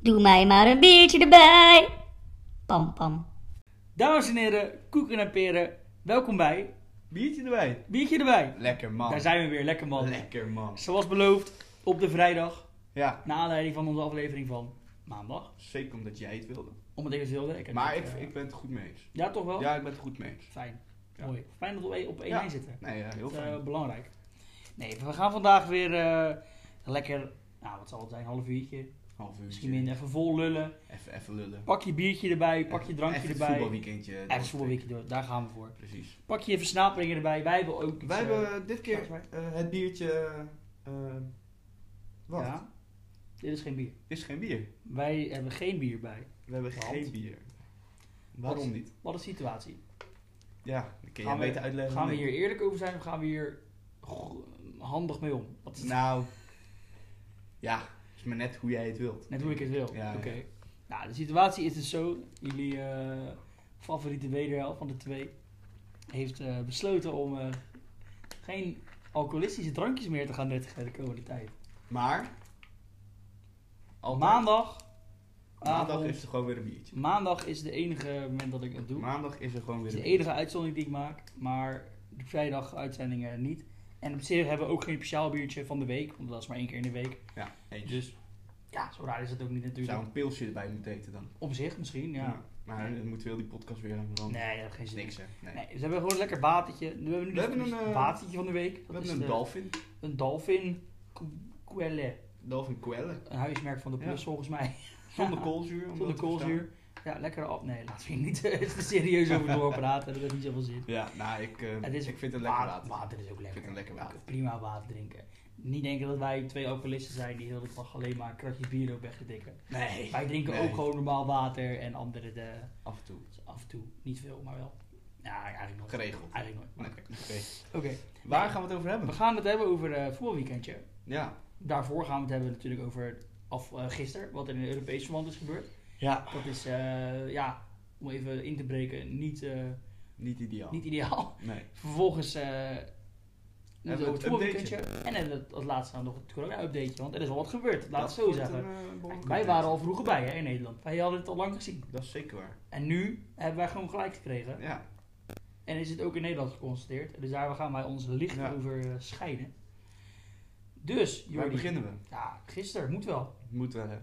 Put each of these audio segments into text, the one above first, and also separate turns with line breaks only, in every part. Doe mij maar een biertje erbij. Pam pam.
Dames en heren, koeken en peren, welkom bij
Biertje erbij.
Biertje erbij.
Lekker man.
Daar zijn we weer, lekker man.
Lekker man.
Zoals beloofd, op de vrijdag,
Ja,
naar aanleiding van onze aflevering van maandag.
zeker omdat jij het wilde.
Om het even te wilde. Ik heb
Maar ik,
het, eh, Oh.
ik ben het goed mee eens.
Ja, toch wel?
Ja, ik ben het goed mee eens.
Fijn.
Ja.
Mooi. Fijn dat we op één- op één
Ja.
lijn zitten.
Nee, ja, heel
Dat is eh,
fijn.
belangrijk. Nee, we gaan vandaag weer eh, lekker, nou wat zal het zijn, half uurtje.
Half uur.
Misschien minder, even vol lullen.
Even, even lullen.
Pak je biertje erbij, pak je drankje
even
erbij.
Even voetbalweekendje.
Even het voetbalweekje door, daar gaan we voor.
Precies.
Pak je versnaperingen erbij, wij hebben ook iets,
Wij
eh,
hebben dit keer
straks
eh, het biertje... eh wat?
Ja. Dit is geen bier.
Is geen bier.
Wij hebben geen bier bij.
We hebben
Want?
geen bier. Waarom niet?
Wat is de situatie?
Ja, dat kun je
Gaan we-
beter uitleggen.
Gaan we
dan ik.
hier eerlijk over zijn of gaan we hier go- handig mee om? Wat is het?
Nou, ja. is maar net hoe jij het wilt.
Net hoe ik het wil.
Ja, ja.
Oké. Nou, de situatie is dus zo. Jullie eh, favoriete wederhelft van de twee heeft eh, besloten om eh, geen alcoholistische drankjes meer te gaan nuttigen de komende tijd.
Maar...
Al
altijd-
maandag.
Maandag
avond-
is er gewoon weer een biertje.
Maandag is de enige moment dat ik het doe.
Maandag is er gewoon
Het
weer
is
een
de enige uitzondering die ik maak, maar de vrijdag uitzendingen niet. En op zich hebben we ook geen speciaal biertje van de week, want dat is maar één keer in de week.
biertje. Ja, eens.
Dus ja, zo raar is het ook niet
Ik
natuurlijk.
zou een pilsje erbij moeten eten dan.
Op zich misschien, ja.
Maar dan moeten we heel die podcast weer aan veranderen.
Nee, dat heeft geen
is
zin.
niks hè. Nee.
Nee, dus hebben we gewoon een lekker watertje. We hebben nu
We hebben
dus
een,
het
eh,
watertje van de week.
We
Dat is eh,
hebben een
de-
dolfin.
Een dolfin Quelle.
Dolfin kwellen.
Een huismerk van de Plus
Ja.
volgens mij.
Zonder koolzuur. om
Zonder
dat te verstaan.
koolzuur. Ja, lekker af. Nee, laten we hier niet eh, te serieus over doorpraten. Dat heeft niet zoveel zin.
Ja, nou ik, eh,
Het is
ik vind het lekker
Wa-
water.
Water is ook
Ik
lekker.
vind het lekker water.
Ja, prima water drinken. Niet denken dat wij twee alcoholisten zijn die heel de dag alleen maar kratjes bier op weg te dikken.
Nee.
Wij drinken
Nee.
ook gewoon normaal water en anderen de,
Af en toe.
af en toe. Niet veel, maar wel. Ja, eigenlijk nooit.
Geregeld.
Eigenlijk nooit.
Oké. Oké.
Oké,
Waar gaan we het over
we
hebben?
gaan het hebben over eh voetbalweekendje.
Ja.
Daarvoor gaan we het hebben natuurlijk over af, eh, gisteren, wat er in de Europese verband is gebeurd.
Ja.
Dat is, eh, ja, om even in te breken, niet, eh,
Niet ideaal.
niet ideaal.
Nee.
Vervolgens eh
we
hebben we
het
het voorweekendje. En hebben we als laatste dan nog het corona-updateje. Want er is al wat gebeurd, laat
Dat
het zo
wordt
zeggen.
een, eh, behoorlijk
Kijk, wij
update.
waren al vroeger bij hè, in Nederland. Wij hadden het al lang gezien.
Dat is zeker waar.
En nu hebben wij gewoon gelijk gekregen.
Ja.
En is het ook in Nederland geconstateerd. Dus daar gaan wij ons licht
Ja.
over eh, scheiden. Dus,
Waar
Jordi.
beginnen we?
Ja, gisteren, moet wel.
Moeten we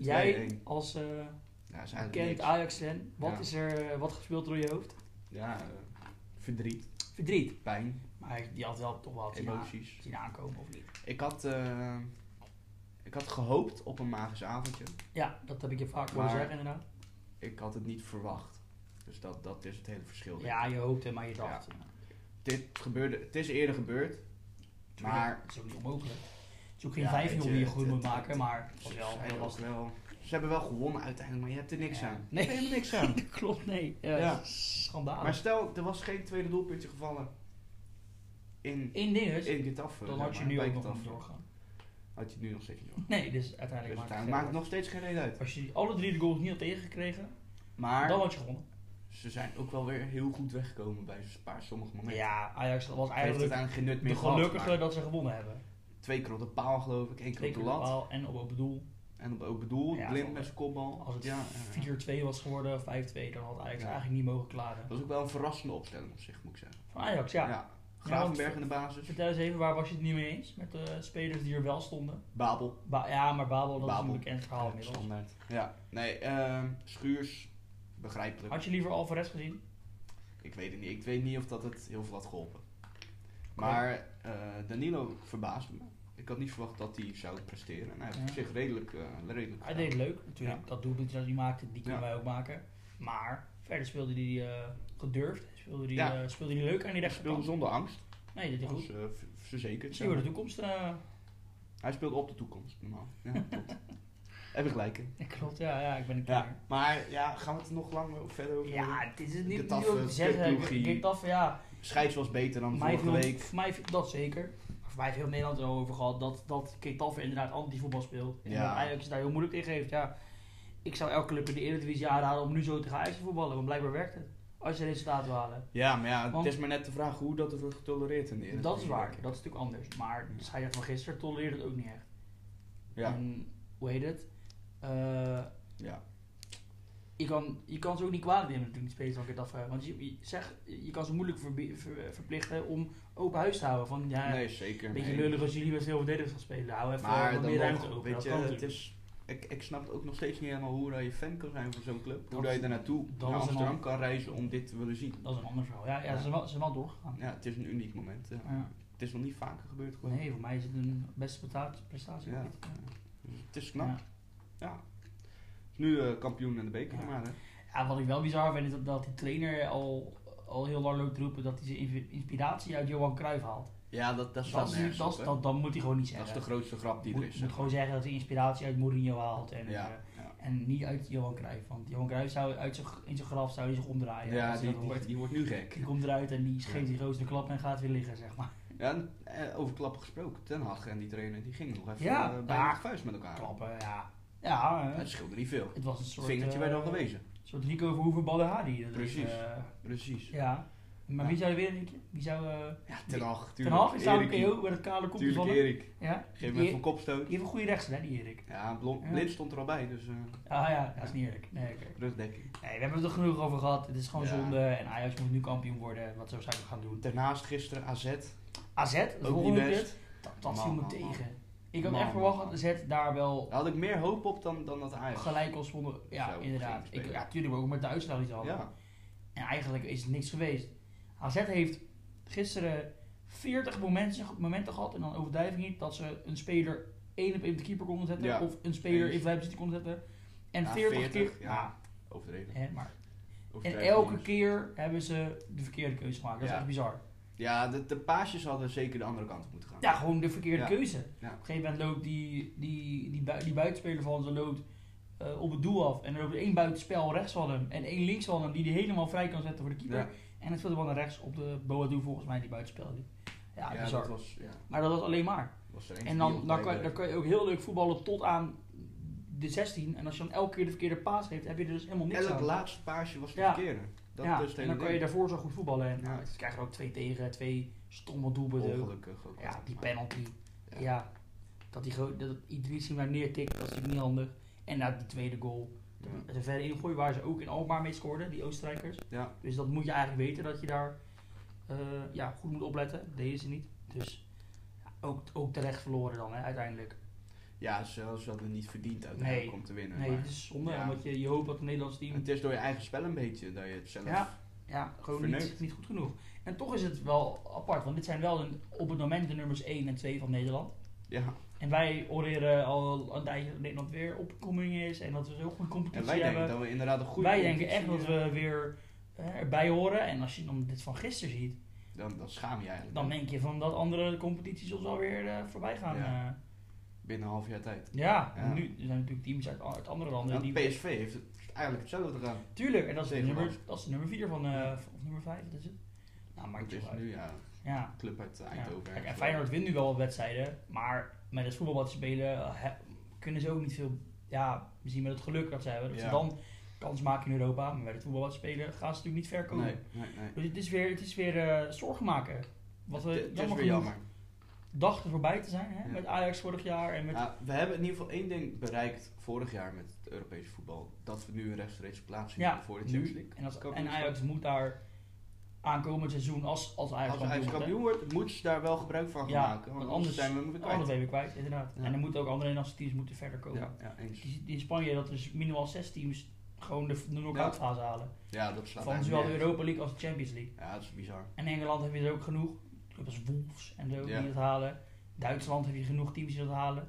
gisteren 2-1.
Jij als eh
Ja, is eigenlijk
bekend
niks.
Ajax-fan, wat
Ja.
is er, eh, wat gespeeld door je hoofd?
Ja, eh, verdriet,
Verdriet.
pijn,
Maar die had wel toch wel zien aan-
emoties.
zien aankomen, of niet?
Ik had, eh, ik had gehoopt op een magisch avondje.
Ja, dat heb ik je vaak horen
Maar-
zeggen inderdaad.
Ik had het niet verwacht. Dus dat, dat is het hele verschil. denk ik.
Ja, je hoopte, maar je dacht.
Dit gebeurde, het is eerder gebeurd. Maar-
Het is ook niet onmogelijk. Het is ook geen
Ja,
5-0
weet
die
je,
je
het-
goed moet
het-
maken, maar het was
Ze
wel
zijn
heel
ook
lastig.
wel- Ze hebben wel gewonnen uiteindelijk, maar je hebt er niks
Ja.
aan.
Nee.
Je hebt er niks aan.
Klopt, nee. Ja,
Ja.
Schandalig.
maar stel, er was geen tweede doelpuntje gevallen. In,
Eén ding is,
in Getafe.
dan
zeg
had je
maar,
nu
bij
ook nog
Getafe.
niet doorgaan.
Had je het nu nog steeds niet door.
Nee, dus
Dus
uiteindelijk maakt
uiteindelijk
het
maakt het
geen
nog steeds geen reden uit.
uit. Als je alle drie de goals niet had tegengekregen,
Maar
dan had je gewonnen.
ze zijn ook wel weer heel goed weggekomen bij een paar sommige momenten.
Ja, Ajax was
Hij heeft
eigenlijk
uiteindelijk geen nut meer
de
gehad,
gelukkige
maar
dat ze gewonnen hebben.
Twee keer op de paal geloof ik, één keer
Twee
op de
keer op
lat.
paal en op open doel.
En op ook bedoel,
Ja,
blind
wel.
met zijn kopbal.
Als het
ja, ja, ja.
4-2 was geworden, of 5-2, dan had Ajax
Ja.
eigenlijk niet mogen klagen.
Dat was ook wel een verrassende opstelling op zich, moet ik zeggen.
Van Ajax, ja.
Gravenberg in de basis.
Vertel eens even, waar was je het niet mee eens met de spelers die er wel stonden?
Babel.
Ba- ja, maar Babel, dat is
Babel.
een bekend verhaal
Ja,
inmiddels.
standaard. Ja, nee, ehm, Schuurs. Begrijpelijk.
Had je liever Alvarez gezien?
Ik weet het niet. Ik weet niet of dat het heel veel had geholpen. Maar eh, Danilo verbaasde me. Ik had niet verwacht dat hij zou presteren. En hij heeft
Ja.
op zich redelijk, eh, redelijk
Hij
gedaan.
deed het leuk, natuurlijk. Dat doelpuntje dat hij maakte, die kunnen wij ook maken. Maar verder speelde hij eh, gedurfd, speelde hij,
Ja.
eh, speelde hij leuk aan die
Hij speelde
rechterkant.
zonder angst.
Nee, dat deed hij
Dat
goed.
is eh, v- verzekerd.
Zien we de toekomst? eh,
Hij speelt op de toekomst, normaal. Ja, klopt. Heb ik gelijk. hè?
klopt, ja, ja, ik ben een kenner.
Ja, maar ja, gaan we het er nog langer of verder over? hebben?
Ja, dit is het niet niet
Getafe,
om te zeggen.
kutploegie.
Getafe, ja.
Scheids was beter dan
Mij
vorige
viel,
week.
voor mij viel- dat zeker. Maar voor mij heeft heel Nederland er al over gehad dat, dat Getafe inderdaad anti-voetbal speelt. En
Ja.
dat Ajax daar heel moeilijk tegen heeft. Ja, ik zou elke club in de Eredivisie aanraden om nu zo te gaan Ajax te voetballen. Want blijkbaar werkt het. Als je resultaten wil halen.
Ja, maar ja,
Want-
het is maar net de vraag hoe dat er wordt getolereerd in de Eredivisie.
dat is waar. Dat is natuurlijk anders. Maar de scheider van gisteren tolereert het ook niet echt.
Ja,
En hoe heet het? Eh,
Ja.
je, kan, je kan ze ook niet kwalijk nemen natuurlijk, die spelers, dat ik het afvraag. Want je, je, zeg, je kan ze moeilijk verbi- ver- verplichten om open huis te houden. Van, ja,
nee, zeker.
een beetje
nee.
lullig als jullie met veel verdedigers gaan spelen. Hou even
Maar
wat
dan
meer
nog,
ruimte open.
weet
dat
je,
kan
het
natuurlijk.
Ik, ik snap ook nog steeds niet helemaal hoe dat je fan kan zijn van zo'n club.
Dat-
hoe dat je daar naartoe
dat
naar
is een
Amsterdam
ander-
kan reizen om dit te willen zien.
Dat is een ander verhaal. Ja, ja,
Ja.
Ze, zijn wel, ze zijn wel doorgegaan.
Ja, het is een uniek moment. ja.
Ja.
Het is nog niet vaker gebeurd gewoon.
Nee, voor mij is het een beste presta- prestatie.
Ja. Dus
Ja.
Het is knap. Ja. Nu eh, kampioen en de beker
Ja.
maar. Hè.
Ja, wat ik wel bizar vind is dat, dat die trainer al, al heel lang loopt te roepen dat hij zijn inv- inspiratie uit Johan Cruijff haalt.
Ja, dat, dat
Dat,
staat
is natuurlijk-
nergens
dat, dat,
op, hè.
dat moet hij gewoon niet
Dat
zeggen.
is de grootste grap die er
moet,
is.
moet
zeg maar.
gewoon zeggen dat hij inspiratie uit Mourinho haalt en, eh,
Ja, ja.
en niet uit Johan Cruijff. Want Johan Cruijff zou uit zijn, in zijn graf zou hij zich omdraaien.
Ja,
Als hij
die,
dat
die,
hoort.
die wordt nu gek.
Die komt eruit en die scheet die roos de klap en gaat weer liggen, zeg maar.
Ja, en, eh, over klappen gesproken. Ten Hag en die trainer die gingen nog even
Ja.
eh,
Ja.
bijna de vuist met elkaar.
Klappen, ja. Ja, eh,
Dat scheelde niet veel.
het was een soort...
Vingertje
eh,
werd al gewezen.
soort Rico Verhoeven Badahadi. Dat
Precies.
Is, eh,
Precies.
ja. Maar
Ja.
wie zou er weer in denken? Wie zou... eh
Ja, Ten Hag.
Ten
tuurlijk.
Hag is daar een
Erikie.
KO met het kale kopje
Tuurlijk
van
Erik.
Ja.
Geef
Die-
me van kopstoot.
Die heeft een goede rechts, hè, die Erik.
Ja, Blom,
Ja.
Blind stond er al bij, dus eh,
Ah ja, dat is niet eerlijk. Nee, oké.
rugdekking.
nee, we hebben het er genoeg over gehad. Het is gewoon
Ja.
zonde. En Ajax moet nu kampioen worden. Wat zou ik gaan doen?
Daarnaast gisteren AZ.
AZ, het
Ook niet
volgende keer.
best.
Dat, dat
Man,
viel me
man,
tegen. Ik had
Man,
echt verwacht dat
man,
AZ daar wel
Daar had ik meer hoop op dan, dan dat Ajax.
gelijk was zonder... Ja,
Zo,
inderdaad.
geen
Ik,
spelen.
ja, tuurlijk, maar ook met de uitslag iets hadden.
Ja,
En eigenlijk is het niks geweest. AZ heeft gisteren 40 momenten, momenten gehad. En dan overdrijf ik niet dat ze een speler één op één op de keeper konden zetten.
Ja,
Of een speler
eens.
in 5 konden zetten. En
Ja,
40,
40,
keer.
ja. overdreven.
hè, maar. En
Overdreven
elke
jongens.
keer hebben ze de verkeerde keuze gemaakt. Dat is
Ja.
echt bizar.
Ja, de, de paasjes hadden zeker de andere kant op moeten gaan.
Ja, gewoon de verkeerde
Ja.
keuze.
Ja.
Op een gegeven moment loopt die, die, die, bui- die buitenspeler van ze loopt eh, op het doel af. En er loopt één buitenspel rechts van hem en één links van hem die die helemaal vrij kan zetten voor de keeper.
Ja.
En het viel de bal naar rechts op de Boadu volgens mij die buitenspel liep. Ja,
Ja,
bizar.
dat was, ja,
Maar dat was alleen maar.
was er eentje
En
die
dan,
ons
dan,
bij
kan,
de-
dan kan je ook heel leuk voetballen tot aan de 16. En als je dan elke keer de verkeerde paas geeft, heb je er dus helemaal niks
Elk
aan.
laatste paasje was de
Ja.
verkeerde. Dat
ja,
is het
en
hele
dan kan je
ding.
daarvoor zo goed voetballen. En
Ja.
nou, ze krijgen er ook twee tegen, twee stomme doelpunten. ook.
Ongelukkig ook.
Ja,
altijd,
die
maar-
penalty. Ja,
Ja.
dat, die gro- dat Idrissi hem daar neertikt, dat is natuurlijk niet handig. En na die tweede goal.
Ja.
De, de verre ingooi waar ze ook in Alkmaar mee scoorden, die Oostenrijkers.
Ja.
Dus dat moet je eigenlijk weten, dat je daar eh, ja, goed moet opletten. Dat deden ze niet. Dus ja, ook, ook terecht verloren dan hè, uiteindelijk.
Ja, zelfs hadden we niet verdiend uiteindelijk
Nee.
om te winnen.
Nee,
maar
het is zonde,
Ja.
omdat je, je hoopt dat het Nederlands team...
Het is door je eigen spel een beetje dat je het zelf...
Ja. Ja, gewoon niet,
Verneukt.
niet goed genoeg. En toch is het wel apart, want dit zijn wel een, op het moment de nummers 1 en 2 van Nederland.
Ja.
En wij oreren al een tijdje dat Nederland weer opkoming is en dat we zo'n goede competitie
En wij denken
hebben.
dat we inderdaad een goede
Dus wij denken echt dat
competitie
we weer eh, erbij horen. En als je dan dit van gisteren ziet,
hebben. Dan, dan schaam je eigenlijk.
dan denk je van dat andere competities ons alweer eh, voorbij gaan.
Ja.
eh.
Binnen een half jaar tijd.
Ja,
Ja.
nu er zijn natuurlijk teams uit, uit andere landen.
Want
die,
PSV heeft het eigenlijk hetzelfde gedaan.
tuurlijk, en dat is, de
Tegen
nummer,
ons.
dat is de nummer 4 van, eh, of nummer 5, dat is het. Nou, maakt
Het
het
is
wel uit.
nu ja,
Ja.
club uit eh,
ja.
Eindhoven.
Kijk, en Feyenoord wint nu wel wat wedstrijden, maar met het voetbal wat ze spelen eh, he- kunnen ze ook niet veel, ja, misschien met het geluk dat ze hebben, dat ze
Ja.
dan kans maken in Europa, maar met het voetbal wat ze spelen gaan ze natuurlijk niet ver komen.
Nee, nee, nee.
Dus het is weer, het is weer eh, zorgen maken. Wat we
Het- het is
eh, jammer
weer
genoeg
jammer.
dachten voorbij te zijn, hè?
Ja.
met Ajax vorig jaar en met...
Ja, Ah, we hebben in ieder geval één ding bereikt vorig jaar met het Europese voetbal. Dat we nu een rechtstreeks plaats zien
Ja,
voor de Champions
nu.
League. dus
En, als, en
Kampioenschap.
Ajax moet daar aankomend seizoen als, als Ajax
Als hij
wordt, hè.
kampioen wordt, moet ze daar wel gebruik van gaan
Ja,
maken. Want
want
anders
anders-
zijn we hem weer
De andere
kwijt.
twee weer kwijt, inderdaad.
Ja.
En dan moeten ook andere Nederlandse teams moeten verder komen.
Ja, ja, eens.
Je ziet in Spanje dat dus minimaal zes teams gewoon de, de knock-out fase halen.
ja, dat slaat
Van zowel
eigenlijk
de
nergens.
Europa League als de Champions League.
Ja, dat is bizar.
En Engeland heb je er ook genoeg. Clubs als Wolves en zo
Ja.
die dat halen. Duitsland heb je genoeg teams die dat halen.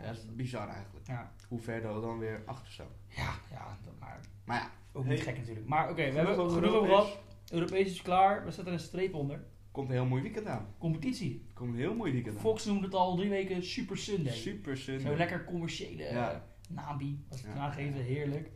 Ja, dat is bizar eigenlijk.
Ja,
Hoe ver dat we dan weer achter staan.
ja, ja dat- maar
Maar ja,
ook
Hey.
niet gek natuurlijk. Maar oké, we hebben
Genoeg over
genoeg over
Europees.
gehad. Europees is klaar. We zetten een streep onder.
komt een heel mooi weekend aan.
Competitie.
Komt een heel mooi weekend aan.
Fox noemde het al drie weken Super Sunday.
Super Sunday.
Zo'n lekker commerciële eh,
Ja.
naampie. Als ik het
Ja.
aangeven, heerlijk.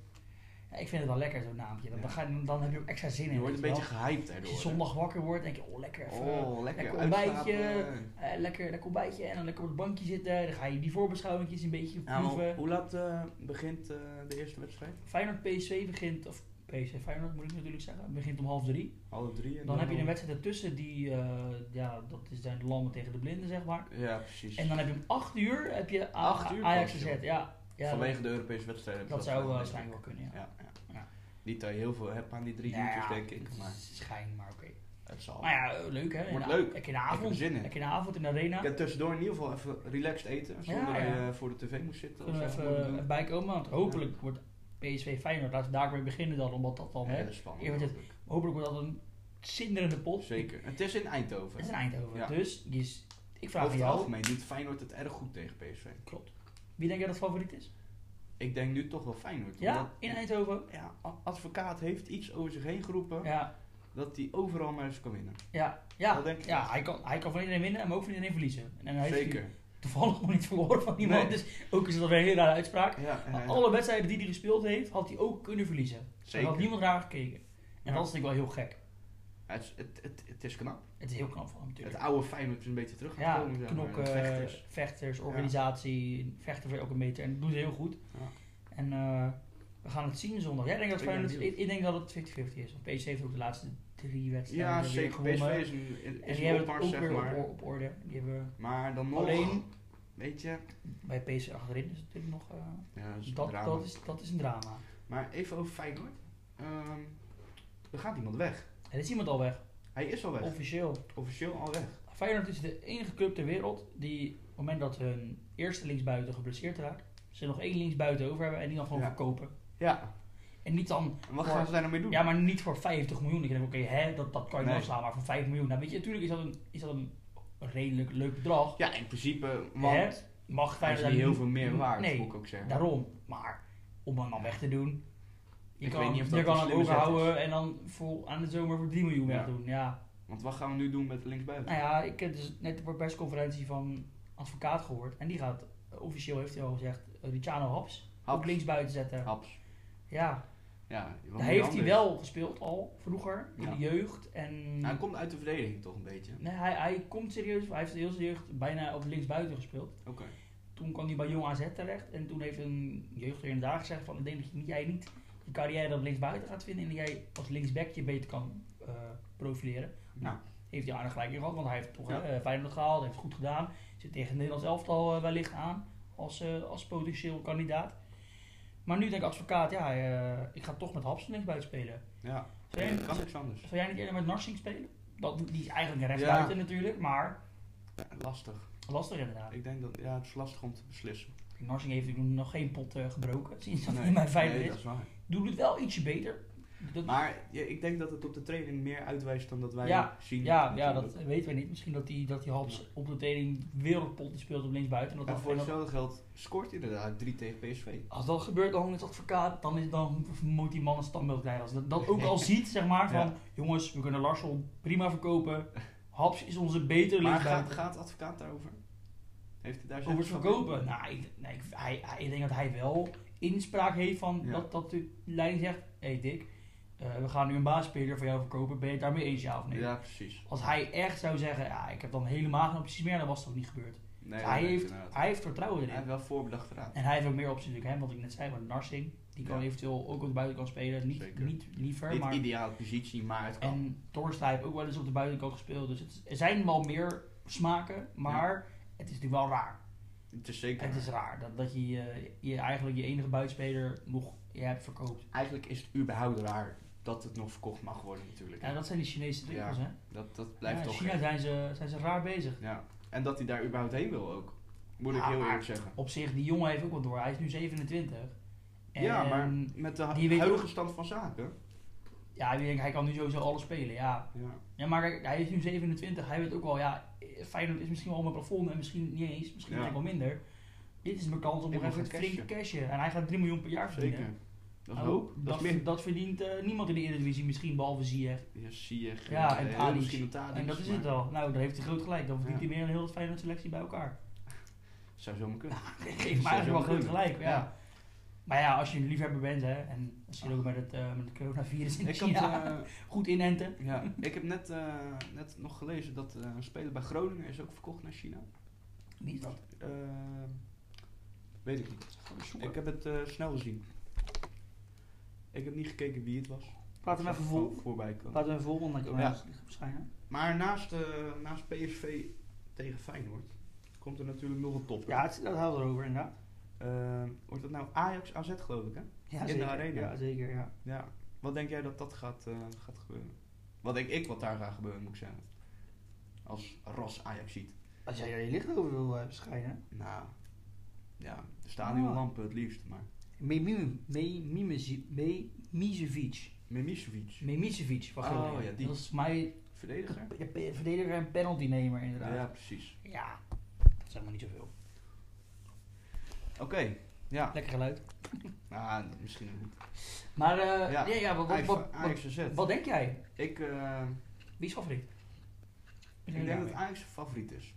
Ja, ik vind het wel lekker zo'n naampje. Dan,
Ja.
dan, ga je- dan heb je ook extra zin in.
Je wordt een
weet
beetje
wel.
gehyped
Als
daardoor.
je zondag wakker wordt, denk je, oh lekker even.
Oh, lekker.
lekker ontbijtje.
uitslapen.
eh, lekker, lekker ontbijtje en dan lekker op het bankje zitten. Dan ga je die voorbeschouwingjes een beetje
Ja, maar
proeven.
hoe laat eh, begint eh, de eerste wedstrijd?
Feyenoord PSV begint, of PSV Feyenoord moet ik natuurlijk zeggen, begint om half drie.
Alle drie. en
Dan heb je een wedstrijd ertussen die, eh, ja, dat is zijn de lammen tegen de blinden zeg maar.
Ja, precies.
En dan heb je om 8 uhr heb je A-
Acht uur
Ajax
pas,
gezet.
joh.
Ja. Ja,
Vanwege de Europese wedstrijden.
dat,
hebben
dat
ze
zou eh,
gedaan,
waarschijnlijk wel kunnen, ja.
denk ik. Ja, ja.
Ja.
Niet dat je heel veel hebt aan die drie
Nou ja,
uurtjes, denk ik.
het
Maar
is Schijn, maar oké.
het zal.
Maar ja, eh, leuk hè. In
Wordt
de-
leuk.
Lekker in de
Ik heb er
avond.
zin in.
Lekker in de avond in de arena.
Ik heb tussendoor in ieder geval even relaxed eten. Zonder
Ja,
dat
ja.
je eh, voor de tv moest zitten.
Kunnen we
of zo.
even eh, bijkomen, want hopelijk wordt PSV Feyenoord. Laten we daarmee beginnen dan, omdat dat dan...
Ja,
hè,
dat is spannend.
Eerst het-
natuurlijk.
hopelijk wordt dat een zinderende pot.
Zeker. Het is in
Het is
Eindhoven.
in Eindhoven.
Ja.
Dus je is- ik vraag
Over
aan
het
jou.
algemeen doet Feyenoord het erg goed tegen PSV.
Klopt. Wie denk jij dat favoriet is?
Ik denk nu toch wel Feyenoord.
Ja,
omdat-
in Eindhoven.
ja, a- advocaat heeft iets over zich heen geroepen
Ja,
dat hij overal maar eens kan winnen.
ja, ja.
Dat denk ik.
ja hij, kan, hij kan van iedereen winnen, maar ook van iedereen verliezen. En hij heeft
Zeker.
toevallig nog niet verloren van iemand.
Nee.
Dus ook is dat weer een hele rare uitspraak.
Ja, en
Maar
hij-
alle wedstrijden die hij gespeeld heeft, had hij ook kunnen verliezen. Daar had
zeker.
niemand naar gekeken. En
Ja.
dat is natuurlijk wel heel gek.
Het, is- het, het, het is knap.
Het is heel knap van hem
Het
natuurlijk.
oude Feyenoord is een beetje terug
Ja,
gekomen. zeg maar.
knokken, eh,
De
vechters,
vechters.
organisatie, vechten voor elke meter. En dat doet hij heel goed.
Ja.
En eh, we gaan het zien zondag. Jij denkt dat
Ik ben
Feyenoord,
benieuwd.
ik, ik denk dat het 50-50 is. Want PSV heeft ook de laatste drie wedstrijden
Ja,
weer
zeker.
gewonnen.
PSV is een,
En
is
die
een
hebben het
opmars,
ook
zeg
weer op-
maar.
op, orde. Die hebben
Maar dan nog,
Alleen-
weet je,
bij PSV achterin is het natuurlijk nog... eh,
ja, dat is een
dat,
drama.
dat, is, dat is een drama.
Maar even over Feyenoord. Ehm, er gaat iemand weg.
Er is iemand al weg.
Hij is al weg.
Officieel.
Officieel al weg.
Feyenoord is de enige club ter wereld die op het moment dat hun eerste linksbuiten geblesseerd raakt, ze nog één linksbuiten over hebben en die dan gewoon
Ja.
verkopen.
Ja.
En niet dan,
En wat
Maar-
gaan ze daar nou mee doen?
ja, maar niet voor 50 miljoen. Ik denk, oké, hè, dat, dat kan je wel
Nee.
slaan, maar voor 5 miljoen. Nou, weet je, natuurlijk is dat een, is dat een redelijk leuk bedrag.
Ja, in principe,
Hè?
want
Mag
hij
Feyenoord
is niet
daar
heel veel meer waard,
Nee,
moet ik ook zeggen.
daarom. Maar om hem dan weg te doen, je
Ik
kan,
weet niet of dat
je kan
een
hem
slimme zet
overhouden en dan vol aan de zomer voor 3 miljoen
Ja.
wegdoen. Ja.
Want wat gaan we nu doen met linksbuiten?
Nou ja, ik heb dus net de persconferentie van advocaat gehoord. En die gaat, eh, officieel heeft hij al gezegd, eh, Luciano Haps,
Haps.
ook links buiten zetten.
Haps.
Ja,
Ja, wat moet
daar
je
heeft hij
anders?
wel gespeeld al vroeger, in
Ja.
de jeugd. En
Nou, hij komt uit de verdediging toch een beetje.
nee, hij, hij komt serieus, hij heeft heel zijn jeugd bijna op links buiten gespeeld.
Oké.
Toen kwam hij bij Jong AZ terecht en toen heeft een jeugdtrainer daar gezegd van, ik denk dat je- jij niet je carrière op links buiten gaat vinden en dat jij als linksback je beter kan eh, profileren. Nou, heeft hij aardig gelijk in gehad, want hij heeft toch
Ja.
eh, Feyenoord gehaald, heeft het goed gedaan. Zit tegen het Nederlands elftal eh, wellicht aan als, eh, als potentieel kandidaat. Maar nu denk ik advocaat, ja, eh, ik ga toch met Haps links buiten spelen.
Ja,
Zou jij,
kan niks anders.
zou jij niet eerder met Narsing spelen? Dat, die is eigenlijk een
Ja.
rechtsbuiten natuurlijk, maar
Lastig.
lastig inderdaad.
Ik denk dat, ja, het is lastig om te beslissen.
Narsing heeft natuurlijk nog geen pot eh, gebroken sinds dat hij
Nee,
bij Feyenoord
nee,
is.
dat is waar.
Doet het wel ietsje beter. Dat-
Maar ja, ik denk dat het op de training meer uitwijst dan dat wij
Ja,
zien.
ja, ja,
natuurlijk.
dat weten we niet. Misschien dat die, dat die Haps
Ja.
op de training wereldpot speelt op linksbuiten. En dat
En
dat-
voor
en dat-
hetzelfde geld scoort hij inderdaad 3 tegen PSV.
Als dat gebeurt, dan is het advocaat, dan, is, dan moet die man een standbeeld krijgen. Als dat, dat ook al ziet, zeg maar, van
Ja.
jongens, we kunnen Larsson prima verkopen. Haps is onze betere
Maar gaat,
linksbuiten.
gaat de advocaat daarover? Heeft hij daar zijn
Over het
verstand
verkopen?
in?
Nou, ik, nee, ik, hij, hij- ik denk dat hij wel inspraak heeft van
Ja.
dat, dat de leiding zegt, hé hey Dick, eh, we gaan nu een baasspeler voor jou verkopen, ben je het daarmee eens ja of nee?
Ja, precies.
Als hij echt zou zeggen, ja, ik heb dan helemaal geen opties meer, dan was dat niet gebeurd.
Nee,
hij,
dat
heeft,
inderdaad.
hij heeft vertrouwen
Hij
erin.
heeft wel voorbedacht gedaan.
En hij heeft ook meer opties natuurlijk, hè? wat ik net zei, want Narsing, die kan
Ja.
eventueel ook op de buitenkant spelen. Niet,
Zeker. Oh.
niet liever,
Niet
maar...
ideale positie, maar het kan.
En Torstein heeft ook wel eens op de buitenkant gespeeld. Dus het, er zijn wel meer smaken, maar het is natuurlijk wel raar.
het is zeker.
Het is raar dat, dat je, eh, je eigenlijk je enige buitenspeler nog je hebt verkoopt.
Eigenlijk is het überhaupt raar dat het nog verkocht mag worden natuurlijk.
Ja, dat zijn die Chinese trucjes, hè?
dat, dat blijft
Ja, in
toch
China
gek.
zijn ze, zijn ze raar bezig.
Ja. En dat hij daar überhaupt heen wil ook. Moet ik
Ja,
heel
maar-
eerlijk zeggen.
Op zich, die jongen heeft ook wat door. Hij is nu 27. En,
ja, maar met de hu-
die weet
huidige
ook-
stand van zaken.
Ja, ik denk, hij kan nu sowieso alles spelen, ja.
Ja.
Ja, maar kijk, hij is nu 27. Hij weet ook wel, ja, eh, Feyenoord is misschien wel mijn plafond en misschien niet eens. Misschien
Ja.
ook wel minder. Dit is mijn kans om
Ik
nog
moet
even
gaan
flink te cashen. En hij gaat 3 miljoen per jaar verdienen.
Zeker. Dat is
Hallo?
hoop. Dat,
Oh, Dat,
is meer.
dat verdient eh, niemand in de Eredivisie misschien, behalve Ziyech.
Ja, Ziyech.
Ja,
eh,
en
heel
Tadic.
Misschien een Tadic,
En dat is
maar-
het al. Nou, daar heeft hij groot gelijk. Dan verdient
Ja.
hij meer dan heel het Feyenoord selectie bij elkaar.
Zou zomaar kunnen.
Geef maar eigenlijk wel groot gelijk, ja.
Ja. Ah.
Maar ja, als je een liefhebber bent, hè, en misschien ook met het, eh, met het coronavirus in
Ik, had,
China,
eh,
goed inenten.
ja, ik heb net, eh, net nog gelezen dat eh, een speler bij Groningen is ook verkocht naar China.
Wie is dat?
Eh, weet ik niet.
Gaan we zoeken.
Ik heb het eh, snel gezien. Ik heb niet gekeken wie het was.
Laten we
Ik
even
zag
vol.
het voorbij komen.
Laten we even vol, want dan kunnen we
Ja.
ergens liggen waarschijnlijk.
Maar naast, eh, naast PSV tegen Feyenoord komt er natuurlijk nog een topper.
Ja, het, dat hadden we erover inderdaad.
ehm, wordt dat nou Ajax AZ geloof ik hè?
Ja,
In de
zeker.
arena.
Ja, zeker, ja.
Ja. Wat denk jij dat dat gaat, eh, gaat gebeuren? Wat denk ik wat daar gaat gebeuren moet ik zeggen? Als Ras Ajax ziet.
Als jij daar je licht over wil eh, schijnen.
Nou, ja, er staan nu
Ah.
lampen het liefst, maar...
Memisevic.
Memisovic,
Memisevic, wacht
Oh,
even.
ja, die.
Dat is mij
verdediger.
ja, pe- verdediger en penaltynemer inderdaad.
Ja,
Ja.
precies.
dat is helemaal niet zoveel.
Oké, ja.
Lekker geluid.
Nou, misschien niet.
Maar eh,
Ja,
ja, ja, wat, wat,
Ajax,
wat, wat,
Ajax AZ.
wat denk jij?
Ik, eh,
Wie is favoriet?
ik denk dat Ajax favoriet is.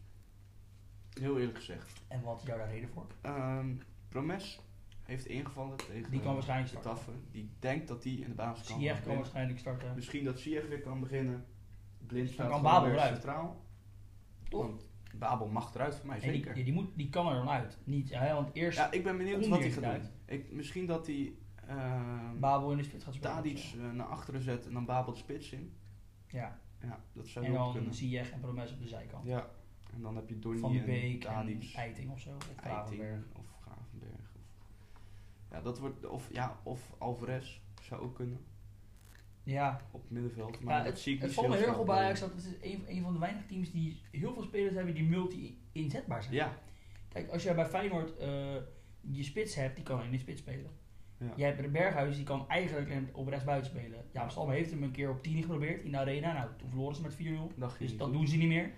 Heel eerlijk gezegd.
En wat is jouw daar reden voor?
Ehm, Promes heeft ingevallen tegen
Die kan waarschijnlijk starten.
Getafe. Die denkt dat die in de basis kan.
Ziyech kan
beginnen.
waarschijnlijk starten.
Misschien dat Ziyech weer kan beginnen. Blind staat
kan
gewoon
Babel
weer
eruit.
centraal.
Toch?
Want Babel mag eruit voor mij,
En die,
zeker.
die, die moet, die kan er dan uit. Niet, hè, want eerst
Ja, ik ben benieuwd
Kom
wat hij
hier
gaat
eruit.
doen. Ik, misschien dat hij ehm
Babel in de spits gaat spelen.
Tadic
of zo.
eh, naar achteren zet en dan Babel de spits in.
Ja,
Ja, dat zou
en
heel goed
dan
kunnen.
Ziyech en Promes op de zijkant.
Ja. En dan heb je
Van die
Donny en
Beek en
Tadic,
Eiting of zo. Of Gravenberg.
Eiting of Gravenberg. Of, ja, dat wordt, of, ja, of Alvarez zou ook kunnen
Ja,
op het middenveld. Maar
ja
dat
het,
zie ik
het
niet
valt me heel erg
snel
op bij Ajax
gebeuren.
dat het is een, een van de weinige teams die heel veel spelers hebben die multi-inzetbaar zijn.
Ja,
Kijk, als jij bij Feyenoord eh, je spits hebt, die kan in de spits spelen.
Ja.
Jij hebt de Berghuis, die kan eigenlijk in- op rechtsbuiten spelen. Ja, Stam heeft hem een keer op 10 geprobeerd in de arena. Nou, toen verloren ze met 4-0.
dat ging
Dus
niet
dat
goed.
doen ze niet meer.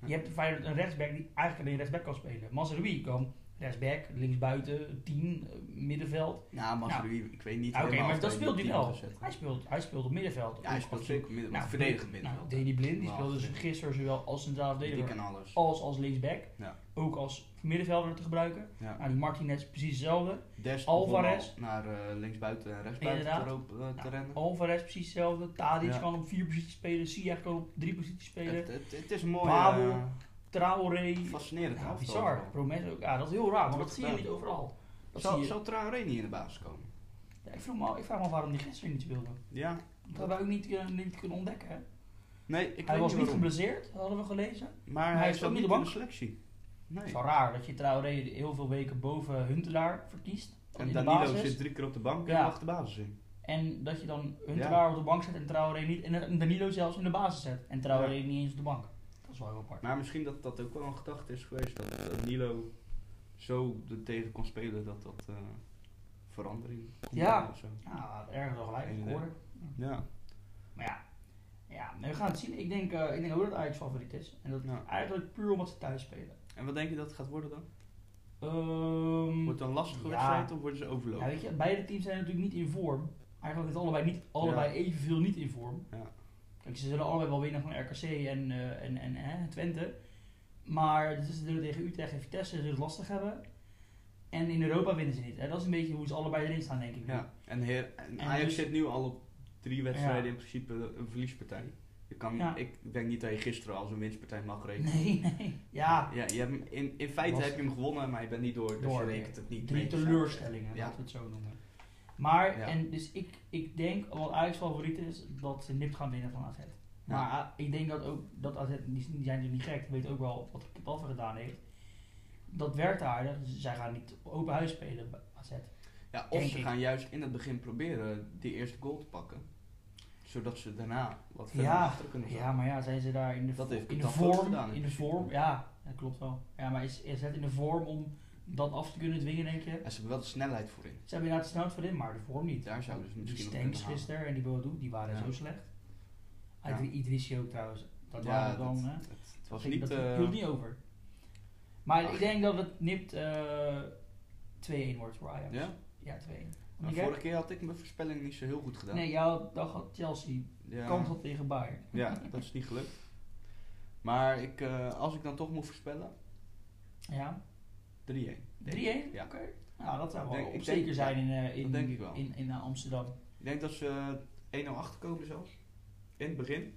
Je
Ja.
hebt Feyenoord een rechtsback die eigenlijk alleen rechtsback kan spelen. Mazerui kan rechtsback, linksbuiten, 10, eh, middenveld.
Nou, Masrui, ik weet niet
Ja, Oké,
helemaal
maar
of
dat
hij
speelt
die
hij
team
wel.
gaat zetten.
Hij speelt, hij speelt Nou, op middenveld.
Ja, hij speelt zeker midden, maar verdedigend middenveld.
Danny Blind die
Maar
speelde dus
achterin.
gisteren zowel als centraal
Die
verdediger
kan alles.
als als linksback.
Ja.
Ook als middenvelder te gebruiken.
Ja.
Nou, die Martinez is precies hetzelfde.
Des
Alvarez.
begon al naar eh, linksbuiten en rechtsbuiten te,
Inderdaad.
roep- eh, te
Nou,
rennen.
Alvarez precies hetzelfde. Tadic
Ja.
kan op vier posities spelen. Ziyech kan op drie posities spelen.
Het, het, het is een mooie,
Babel.
eh,
Traoré.
fascinerend
Ja,
elftal
bizar.
gewoon.
Promes ook. Ja, dat is heel raar, want
Wordt
dat zie je
gedaan.
niet overal. Dat zie
Zal,
je-
zal Traoré niet in de basis komen?
Ja, ik, vroeg me, af- ik vraag me af waarom die gisteren niet speelde.
Ja.
Dat hebben we ook niet, eh, niet kunnen ontdekken. Hè?
Nee,
Hij
ik weet
was
niet
niet
waarom.
geblesseerd, hadden we gelezen.
Maar
hij
hij
is
staat
ook
niet
niet
in
de
de
bank.
selectie.
Het
Nee.
is wel raar dat je Traoré heel veel weken boven Huntelaar verkiest. dan
En
in de
Danilo
basis.
zit drie keer op de bank en
Ja.
mag de basis in.
En dat je dan Huntelaar op de bank zet en Traoré niet. En Danilo zelfs in de basis zet. En Traoré niet eens op de bank. Dat is wel heel apart.
Maar misschien dat dat ook wel een gedachte is geweest. Dat Danilo zo er tegen kon spelen dat dat eh, verandering kon
Ja.
brengen of zo.
Ja, ergens wel gelijk.
Geen
Ik
idee.
hoor.
Ja.
Maar ja. Ja, nee, we gaan het zien. Ik denk, eh, ik denk ook dat Ajax favoriet is. En dat
Ja.
eigenlijk puur omdat ze thuis spelen.
En wat denk je dat het gaat worden dan?
Ehm,
Wordt het een lastige
Ja.
wedstrijd of worden ze
ja,
overlopen?
weet je, beide teams zijn natuurlijk niet in vorm. Eigenlijk zijn allebei, niet, allebei evenveel niet in vorm.
Ja.
Kijk, ze zullen allebei wel winnen van RKC en, eh, en, en hè, Twente. Maar ze zullen tegen Utrecht en Vitesse zullen het lastig hebben. En in Europa winnen ze niet. Hè? Dat is een beetje hoe ze allebei erin staan, denk ik.
Ja, en, heer, en
En
Ajax
dus-
zit nu al op drie wedstrijden
Ja.
in principe een verliespartij. Je kan,
Ja.
Ik denk niet dat je gisteren als een winstpartij mag rekenen.
Nee, nee. Ja,
Ja, je hebt hem in, in feite
Was-
heb je hem gewonnen, maar je bent niet door, dus
Door,
je
nee.
rekent het niet
drie
mee te staan.
teleurstellingen,
Ja.
laten we het zo noemen. Maar,
Ja.
en dus ik, ik denk, wat Ajax favoriet is, dat ze nipt gaan winnen van AZ. Maar ah, ik denk dat ook, dat AZ, die die zijn natuurlijk niet gek, die weten ook wel wat Getafe gedaan heeft. Dat werkt daar, hè. Dus zij gaan niet op open huis spelen bij AZ.
Ja, of
Denk
ze
ik.
gaan juist in het begin proberen die eerste goal te pakken. Zodat ze daarna wat verder
Ja,
naar achter kunnen gaan.
Ja, maar ja, zijn ze daar in de,
Dat heeft
in de
Getafe ook
vorm,
gedaan,
in de
natuurlijk.
vorm, ja, dat klopt wel. Ja, maar is, is het in de vorm om dat af te kunnen dwingen, denk je?
En ze hebben wel de snelheid voor in.
Ze hebben inderdaad snel voor in, maar de vorm niet.
Daar zouden ze
Die
misschien op
Stenks
kunnen halen.
gisteren en die Boadou, die waren
Ja.
zo slecht.
Ja.
Ja. Idrissi ook trouwens. Dat
Ja,
waren dan,
dat-
hè.
Het, het was
Ik-
niet...
dat
eh,
hield niet over. Maar
ach.
ik denk dat het nipt eh 2-1 wordt voor Ajax.
ja?
Ja, 2-1.
Maar
Ik heb-
vorige keer had ik mijn voorspelling niet zo heel goed gedaan.
Nee, jouw dag had Chelsea
ja.
kans op tegen Bayern.
Ja, dat is niet gelukt. Maar ik, eh, als ik dan toch moet voorspellen, 3-1.
Ja, 3-1?
denk ik.
Oké.
Ja.
Nou, dat zou
Ik
wel
denk-
op
ik denk-
zeker zijn in, eh, in,
dat denk ik wel.
in, in eh, Amsterdam.
Ik denk dat ze eh, 1-0 achterkomen zelfs. In het begin.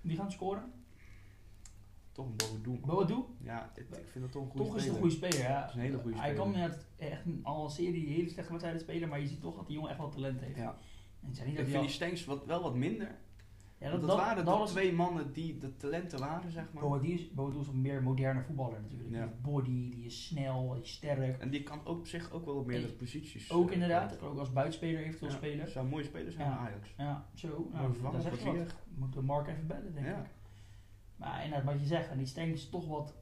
Die gaan scoren.
Toch een boven doen.
Boadu,
Ja, dit- ik vind dat toch een goede
toch is het een
speler.
goede speler. Ja.
Dat is een hele goede
Hij
speler.
kan net echt een, al een serie hele slechte wedstrijden spelen, maar je ziet toch dat die jongen echt wel talent heeft.
Ja.
En het zijn niet dat
Ik
hij
vind
al-
die Stenks wat, wel wat minder.
Ja,
Want
dat,
dat,
dat,
waren
dat
de
was...
twee mannen die de talenten waren, zeg maar.
Boadu is, Boadu is een meer moderne voetballer natuurlijk.
Ja.
Die heeft body, die is snel, die is sterk.
En die kan ook op zich ook wel op meerdere posities.
Ook
eh,
inderdaad, ook als buitenspeler eventueel
Ja,
spelen.
Zou een mooie speler zijn
Ja.
aan Ajax.
Ja, zo.
Maar
Nou, dat
vervangen
zeg
voor
je wat.
Ziyech.
Moeten we Mark even bellen, denk
Ja.
ik. Maar inderdaad, wat je zegt, en die Stengs is toch wat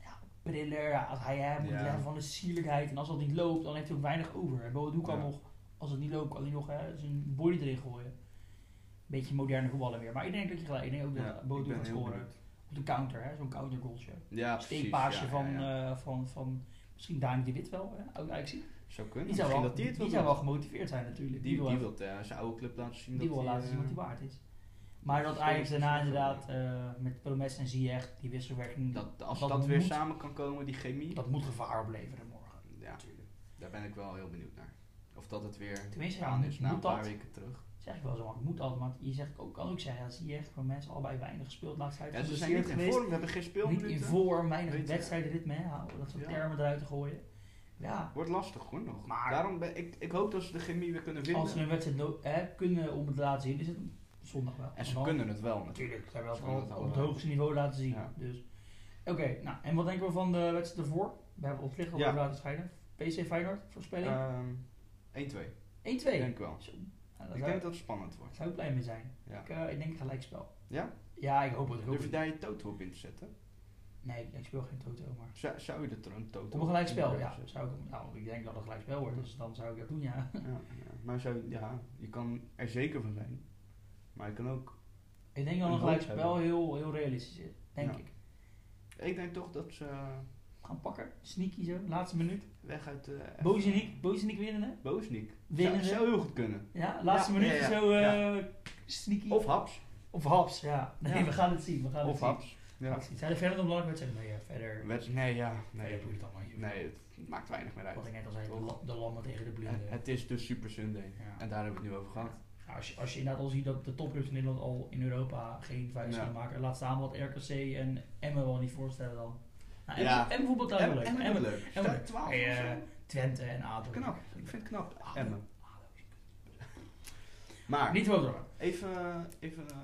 ja, priller. Ja, als hij hem moet
Ja.
leggen van de sierlijkheid. En als dat niet loopt, dan heeft hij ook weinig over. En Boadu kan
Ja.
nog, als het niet loopt, kan hij nog hè, zijn body erin gooien. Beetje moderne voetballen weer. Maar ik denk dat je gelijk, ik denk ook dat
Ja, ik
Boadu
ben
gaat
heel
scoren.
benieuwd.
Op de counter, hè, zo'n countergoaltje.
Ja,
Een
precies.
steekpaasje
ja,
van,
ja, ja.
eh, van, van misschien Dani de Wit wel, hè, oud Ajaxie.
zou kunnen.
Die zou
Misschien
wel,
dat die het
die zou wel gemotiveerd zijn natuurlijk.
Die, die
even-
wil eh, zijn oude club laten zien
Die
dat
wil
hij,
laten zien
eh,
wat hij waard is. Maar dat
dat
Ajax
is
daarna
wel
inderdaad eh, met Promes en Ziyech, die wisselwerking, dat,
dat, als
dat
dat, weer
moet-
samen kan komen, die chemie.
dat moet gevaar opleveren morgen.
ja,
Natuurlijk.
daar ben ik wel heel benieuwd naar. Of dat het weer
Tenminste, ja,
aan is na een
moet
paar
dat?
weken terug.
Zeg ik wel zo, maar moet dat. Maar je zegt ook, kan ook zeggen, dat Ziyech, Promes, allebei weinig gespeeld, laatst uit
Ja, ze zijn niet in vorm, we hebben geen
Niet in
speelminuten.
vorm, weinig
Weet je.
wedstrijdritme, hè, houden, dat soort
Ja.
termen eruit te gooien. Ja,
Wordt lastig hoor nog.
Maar-
Daarom ben ik, ik hoop dat ze de chemie weer kunnen vinden.
als ze een wedstrijd no- hè, kunnen om het te laten zien, is het zondag wel.
En ze
Want dan-
kunnen het wel natuurlijk.
Natuurlijk, ze hebben
Ze
dat
kunnen
al
het
op het
allemaal.
hoogste niveau laten zien.
Ja.
Dus. Oké, nou en wat denken we van de wedstrijd ervoor? We hebben op licht al
Ja.
laten schijnen. PC Feyenoord, voorspelling.
Ehm 1-2,
1-2.
denk ik wel.
Zo. Nou, dat
Ik
zou,
denk dat het spannend wordt.
daar zou ik blij mee zijn.
Ja.
Ik, eh, ik denk gelijkspel.
Ja?
Ja, ik hoop het. Ik hoop
Durf je
het.
daar je toto op in te zetten?
Nee, ik speel geen toto, maar...
Zou, zou je er een toto
Op een gelijkspel,
in
ja.
zetten?
Zou ik, nou, ik denk dat het gelijkspel wordt, dus dan zou ik dat doen, ja.
Ja, ja. Maar zou, ja, je kan er zeker van zijn. Maar je kan ook...
ik denk dat
Een
een
hoop
gelijkspel
hebben.
heel, heel realistisch is, denk
Ja.
ik.
Ik denk toch dat ze eh,
Gaan pakken, sneaky zo, laatste minuut.
weg uit... Uh,
Bozenik, Bozenik winnen, hè?
Bozenik.
Winnen
Zou,
ze.
zou heel goed kunnen.
Ja, laatste
Ja,
minuut
ja, ja,
zo eh, sneaky.
Of Haps.
Of Haps, ja. Nee,
Ja.
we gaan het zien. We gaan
Of
het
Haps.
zien.
Ja.
Zijn er verder nog belangrijke wedstrijden? Nee, ja, verder.
Wed- Nee, ja.
verder
Nee,
boeit het allemaal niet.
nee, het maakt weinig meer
Wat
uit.
ik net al zei, de,
Toch?
la- de lammen tegen de blinden.
Het, het is dus Super Sunday.
Ja.
En daar hebben we het nu over gehad.
Nou, als, je, als je inderdaad al ziet dat de topclubs in Nederland al in Europa geen vuist
Ja.
kunnen maken. Laat staan wat RKC en Emmen wel niet voorstellen dan. Nou,
Ja.
Emmen- Emmen voetbal
En,
trouwens leuk.
en
Emmen-
het leuk. Staat 12
Hey,
of
eh,
zo.
Twente en Ado.
Knap. Ik vind het knap.
Ado.
Emmen.
Ado is kut.
Maar
Ah, Niet wel door.
even, even eh,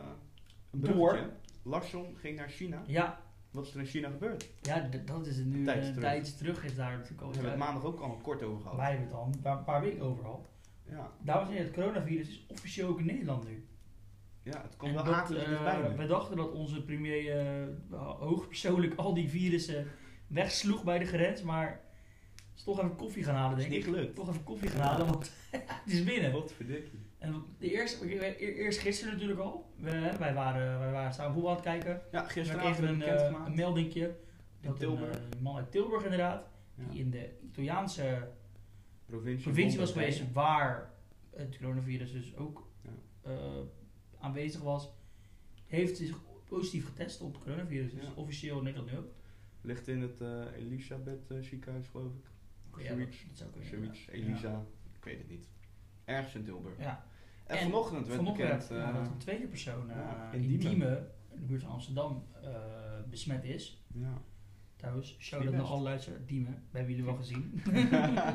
een
Door.
bruggetje. Larsson ging naar China.
Ja,
Wat is er in China gebeurd?
ja d- dat is het nu.
Tijd
eh,
terug.
tijd terug is daar natuurlijk
Daar
al.
hebben we het maandag ook al kort over gehad.
Eh, Wij hebben het al een paar, paar weken over gehad.
Ja,
Dames en heren, het coronavirus is officieel ook in Nederland nu.
ja het komt
En
wel dus
dat,
akelig
eh,
dichtbij nu.
We dachten dat onze premier eh, hoogpersoonlijk al die virussen wegsloeg bij de grens, maar is toch even koffie gaan halen,
is
denk
niet
ik.
gelukt.
Toch even koffie gaan halen, want het is binnen.
Wat verdikkie.
En de eerste, e- e- eerst gisteren natuurlijk al. We, wij, waren, wij waren samen voetbal aan het kijken.
Ja,
We
gisteravond
kregen
werd
een, eh,
bekendgemaakt.
een meldingje. Dat
Tilburg.
Een, eh, man uit Tilburg inderdaad, die
ja.
in de Italiaanse
Provincie,
provincie was
Londen.
geweest waar het coronavirus dus ook
Ja.
eh, aanwezig was, heeft zich positief getest op het coronavirus. Dus
Ja.
officieel in Nederland nu ook.
Ligt in het eh, Elisabeth eh, ziekenhuis, geloof ik.
Ja, dat,
Zoiets.
dat zou kunnen.
Zoiets.
ja.
Elisa. Ik weet het niet. Ergens in Tilburg.
Ja.
En,
En
vanochtend werd
Vanochtend werd
bekend... eh,
ja, dat een tweede persoon eh,
ja, in
in
Diemen.
Diemen, in de buurt van Amsterdam, eh, besmet is.
ja.
Trouwens, shout
Niet
out naar
best.
alle luisteraars. Diemen, we hebben jullie wel gezien.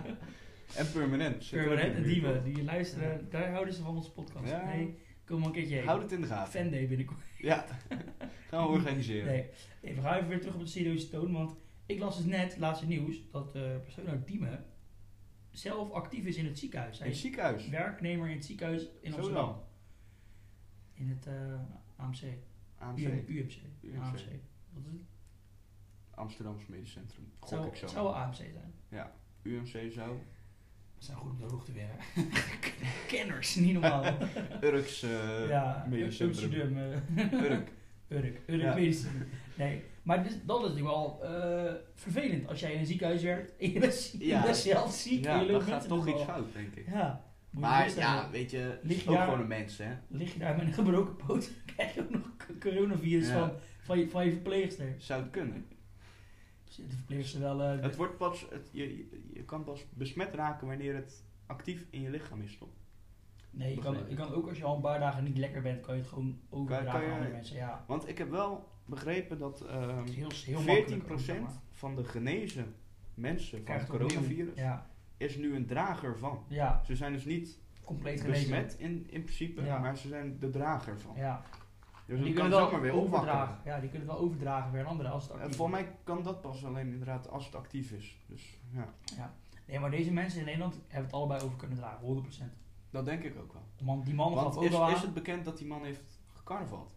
en permanent. Zit
Permanent
er
en
ook in de
Diemen,
buurt,
die luisteren, daar houden ze van onze podcast.
Ja.
Nee, kom maar een keertje
toch?
heen.
Houd het in de gaten.
Fan day binnenkort.
Ja. Gaan we organiseren.
Nee, nee, we gaan even weer terug op de serieuze toon. Want ik las dus net, laatste nieuws, dat de persoon uit Diemen zelf actief is in het ziekenhuis.
In
Hij
het
is
ziekenhuis.
werknemer in het ziekenhuis in
Zo
Amsterdam.
dan.
In het eh, AMC.
AMC.
UMC. UMC.
UMC.
AMC. Wat is het?
Amsterdams Medisch Centrum.
Het
Gok
zou,
ik zo.
het zou wel AMC zijn.
UMC zou.
We zijn goed op de hoogte weer. hè. Kenners, niet normaal.
Urks eh,
ja,
Medisch Centrum.
Amsterdam. eh.
Urk.
Urk, Urk
Ja.
medisch. Nee, maar dus, dat is natuurlijk wel eh, vervelend als jij in een ziekenhuis werkt en je bent, ziek- je
Ja.
bent zelf ziek. en
Ja,
je loopt
dan
mensen
gaat toch
door.
iets fout, denk ik.
Ja. Moet je
Maar
voorstellen,
ja, weet je, het
Lig
is ook
daar-
gewoon een mens, hè.
Lig je daar met een gebroken poot, dan krijg je ook nog k- coronavirus
Ja.
van, van, je, van je verpleegster.
Zou het kunnen.
Dus de verpleegster wel... eh,
Het wordt pas, het, je, je- je kan pas besmet raken wanneer het actief in je lichaam is, toch?
nee, je kan,
begrepen.
je kan ook als je al een paar dagen niet lekker bent, kan je het gewoon overdragen
kan je-
aan andere mensen. Ja,
Want ik heb wel begrepen dat ehm,
het is heel, heel
14%
makkelijk. ook, zeg maar.
van de genezen mensen van
Krijgt
het
het opnieuw.
coronavirus
Ja,
is nu een drager van.
ja,
Ze zijn dus niet
compleet genezen.
besmet in, in principe,
Ja.
maar ze zijn de drager van.
Ja,
Dus dat kan zomaar weer opwakken.
overdragen. Ja, die kunnen het wel overdragen weer een andere als het actief
En voor mij kan dat pas alleen inderdaad als het actief is. Dus ja,
is. Nee, maar deze mensen in Nederland hebben het allebei over kunnen dragen, 100%.
dat denk ik ook wel.
De Man, die man gaf
Want
ook
is,
wel aan.
is het bekend dat die man heeft gecarnavald?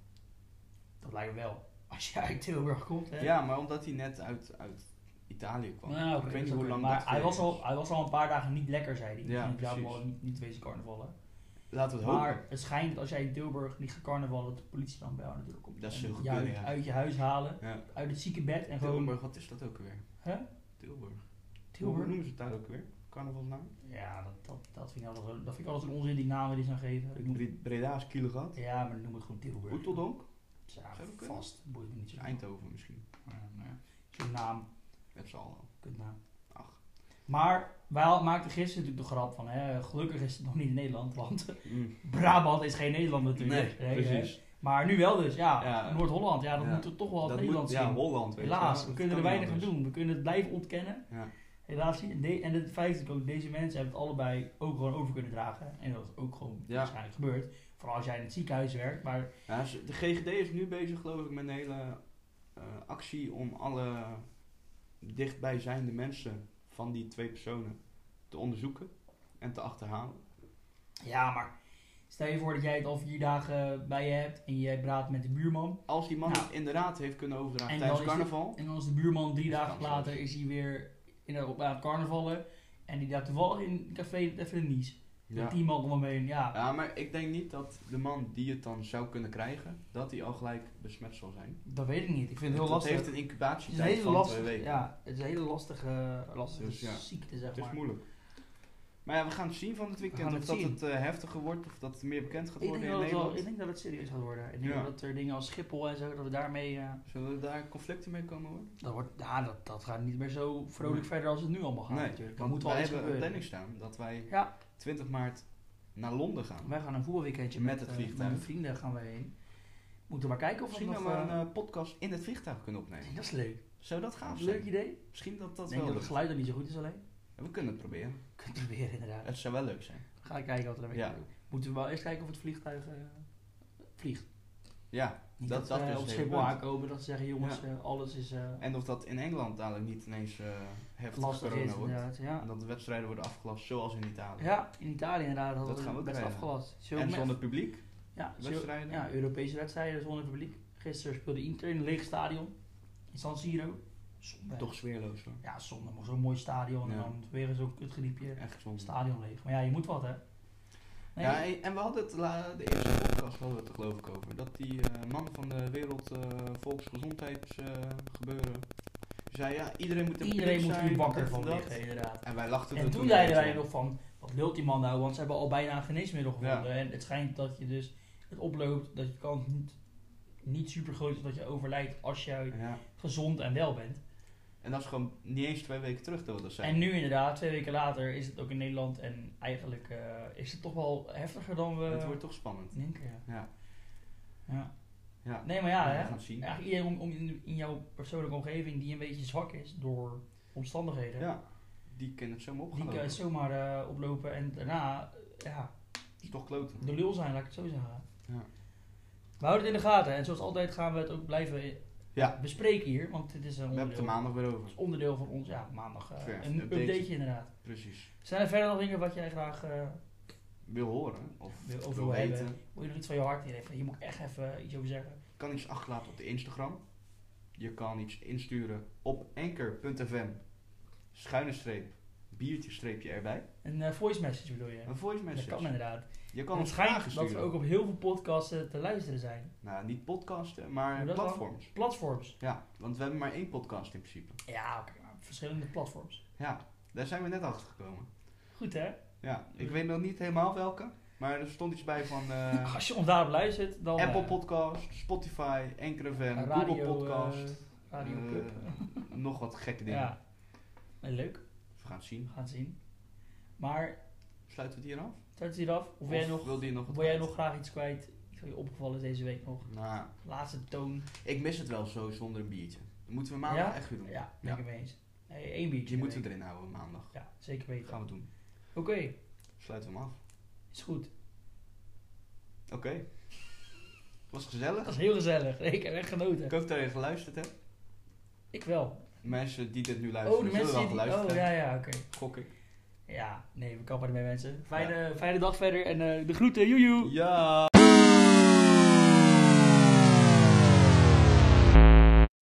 Dat lijkt me wel. Als jij uit Tilburg komt, hè.
Ja, maar omdat hij net uit, uit Italië kwam.
Nou, oké,
ik weet
dat
niet
is
hoe
oké.
lang
maar
dat
hij, was
geleden
al, hij was al een paar dagen niet lekker, zei hij. Ja,
Ja,
precies.
precies.
wel niet, niet wezen carnavallen.
is. Laten we het hopen.
Maar het schijnt dat als jij in Tilburg niet gecarnaval dat de politie dan bij jou natuurlijk komt.
Dat is
En
heel
jou
goed,
uit,
ja.
uit je huis halen,
Ja.
uit het ziekenbed en gewoon...
Tilburg, wat is dat ook weer?
Hè?
Tilburg. Hoe
Tilburg?
noemen ze het daar ook weer? Carnavalsnaam?
Ja, dat, dat, dat, vind ik altijd, zo- dat vind ik altijd een onzin die namen die ze aan geven. Noem-
Bre- Breda is Kielegat.
ja, maar noem het gewoon Tilburg.
Oeteldonk?
Ja,
Zou dat kunnen?
vast. Boeit me niet zo.
Eindhoven misschien.
Ja, maar nou ja. Zo'n naam,
Het zal wel.
kutnaam.
Ach.
Maar wij maakten gisteren natuurlijk de grap van, hè, gelukkig is het nog niet in Nederland, want
Mm.
Brabant is geen Nederland natuurlijk.
Nee,
Hè, hè.
precies.
Maar nu wel dus, ja.
Ja.
Noord-Holland, ja, dat
Ja.
moet er toch wel
Dat
het
moet-
Nederland zien.
ja, Holland. weet je
Helaas,
wel.
we
Dat
kunnen er
kan
weinig aan
niet anders.
doen. We kunnen het blijven ontkennen.
Ja.
Helaas niet. En de- En het feit is ook, deze mensen hebben het allebei ook gewoon over kunnen dragen. En dat is ook gewoon
Ja.
waarschijnlijk gebeurd. Vooral als jij in het ziekenhuis werkt. Maar
Ja, ze- de GGD is nu bezig, geloof ik, met een hele eh, actie om alle dichtbijzijnde mensen van die twee personen te onderzoeken en te achterhalen.
ja, maar stel je voor dat jij het al vier dagen bij je hebt. En jij praat met de buurman.
Als die man
Nou.
het inderdaad heeft kunnen overdragen
En
tijdens
dan is het-
carnaval,
En dan is de buurman drie
Dat is
dagen
kansloos.
later is hij weer in de, op, aan het carnavallen. En die daar toevallig in het café even een nies. Ja.
ja.
Die man om hem heen. Ja,
ja, maar ik denk niet dat de man die het dan zou kunnen krijgen, dat hij al gelijk besmet zal zijn.
dat weet ik niet. Ik vind het
Dat
heel lastig.
heeft een
Het is een
incubatietijd
hele
van twee
lastige,
weken.
ja, het is een hele lastige, lastige
Dus ja,
ziekte, zeg
Het is
maar.
moeilijk. Maar ja, we gaan het zien van het
We
weekend.
gaan
Of
het
dat
zien.
het eh, heftiger wordt, of dat het meer bekend gaat
Ik denk,
worden in
dat het wel,
Nederland.
ik denk dat het serieus gaat worden. Ik denk
Ja.
dat er dingen als Schiphol en zo, dat we daarmee... eh,
Zullen er daar conflicten mee komen worden?
dat, wordt, ja, dat, dat gaat niet meer zo vrolijk
Nee.
verder als het nu allemaal gaat
nee,
natuurlijk. Er
want
moet wel
wij
iets
hebben een
gebeuren.
planning staan dat wij
Ja.
20 maart naar Londen gaan.
Wij gaan een voetbalweekendje
Met
met,
het
eh,
vliegtuig.
mijn vrienden gaan we heen. Moeten we maar kijken of we
Misschien
nog...
dat we een
eh,
eh, podcast in het vliegtuig kunnen opnemen.
dat is leuk.
Zou dat gaaf
Leuk
zijn?
idee.
Misschien dat
Ik
dat
denk
wel
dat het
lukt.
geluid er niet zo goed is alleen.
Ja, we kunnen het proberen.
Kunt u weer inderdaad.
Het zou wel leuk zijn.
Ga ik kijken wat er mee
Ja.
kan doen. Moeten we wel eerst kijken of het vliegtuig eh, vliegt.
Ja,
Niet
Dat-
dat,
dat
eh,
is
op
het hele
Schiphol
punt.
aankomen dat ze zeggen, jongens, eh, alles is eh,
en of dat in Engeland dadelijk niet ineens eh heftig
lastig
corona
is.
wordt.
Inderdaad. Ja.
En dat de wedstrijden worden afgelast, zoals in Italië.
ja, in Italië inderdaad hadden
Dat
we
gaan we
best
krijgen.
afgelast. Zullen
En
we-
zonder publiek,
ja, zullen-
wedstrijden.
ja, Europese wedstrijden zonder publiek. Gisteren speelde Inter in een leeg stadion. In San Siro. Zonde.
Toch sfeerloos hoor.
Ja, zonde. Maar zo'n mooi stadion en
Ja.
dan weer zo'n kutgriepje.
Echt zonde.
Stadion leeg. Maar ja, je moet wat hè. Nee,
Ja, en- en we hadden het la- de eerste podcast hadden we het er geloof ik over. Dat die eh, man van de wereld eh volksgezondheidsgebeuren zei ja, iedereen moet een
iedereen moet hier
nu
wakker van liggen inderdaad.
En wij lachten
En
er
toen zeiden
echt
wij
om.
nog van, wat lult die man nou, want ze hebben al bijna een geneesmiddel gevonden.
Ja.
En het schijnt dat je dus het oploopt, dat je kans niet, niet super groot is dat je overlijdt als jij
Ja.
gezond en wel bent.
En dat is gewoon niet eens twee weken terug dat we dat zeiden.
En nu inderdaad, twee weken later, is het ook in Nederland en eigenlijk eh, is het toch wel heftiger dan we
het wordt toch spannend.
denken. Ja.
Ja.
Ja.
Ja.
Nee, maar ja,
we
hè.
gaan het zien.
Eigenlijk iedereen om, om in, in jouw persoonlijke omgeving die een beetje zwak is door omstandigheden.
Ja, die kan het zomaar
Die
opgelopen.
kan
Dat
zomaar eh, oplopen en daarna, eh, ja,
is toch kloten.
de lul zijn, laat ik het zo zeggen.
Ja.
We houden het in de gaten en zoals altijd gaan we het ook blijven eh,
Ja.
bespreken hier, want dit is een
We hebben het er
onderdeel,
maandag weer
het
over.
is onderdeel van ons ja, maandag. eh,
Ver,
een
een updateje.
updateje inderdaad.
Precies.
Zijn er verder nog dingen wat jij graag eh,
Wil horen of
wil over
wil
wil hebben?
weten.
Moet je nog iets van je hart in hebben? Je moet echt even iets over zeggen.
kan iets achterlaten op de Instagram. Je kan iets insturen op anker.fm schuine streep biertje streepje erbij.
Een eh, voice message bedoel je?
Een voice
Dat kan
message.
inderdaad.
Je kan
En Het
ons vragen
schijnt dat we
sturen.
ook op heel veel podcasts eh, te luisteren zijn.
Nou, niet podcasten, maar
Hoe dat dan?
platforms.
Platforms.
Ja, want we hebben maar één podcast in principe.
Ja, oké, maar verschillende platforms.
Ja, daar zijn we net achter gekomen.
Goed hè?
Ja, ik weet nog niet helemaal welke, maar er stond iets bij van eh,
Als je ons daarop luistert, dan...
Apple
eh,
Podcast, Spotify, Anchor FM,
radio,
Google Podcast,
eh, radio Club.
eh, nog wat gekke dingen.
Ja. Nee, leuk.
We gaan het zien.
We gaan het zien. Maar,
Sluiten we het hier af?
sluit het hier af. Of, wil jij nog,
wilde je nog wat
wil jij
kwijt?
nog graag iets kwijt? Iets wat je opgevallen is deze week nog?
Nou,
Laatste toon.
ik mis het wel zo zonder een biertje. Dat moeten we maandag
Ja?
echt weer doen.
Ja, ben ik het mee eens. Nee, één biertje.
Die
per
moeten
week.
we erin houden maandag.
Ja, zeker
Dat
weten.
gaan we doen.
Oké,
Sluiten we hem af.
is goed.
Oké. was gezellig.
Dat was heel gezellig. Ik heb echt genoten.
Ik hoop dat je geluisterd hebt.
Ik wel.
Mensen die dit nu
Oh,
luisteren,
de mensen
zullen
die...
wel geluisterd
Oh, ja,
hebben.
ja, oké.
Gok ik.
Ja, nee, we kappen ermee mensen. Fijne, fijne dag verder en eh, de groeten. Joejoe.
Ja.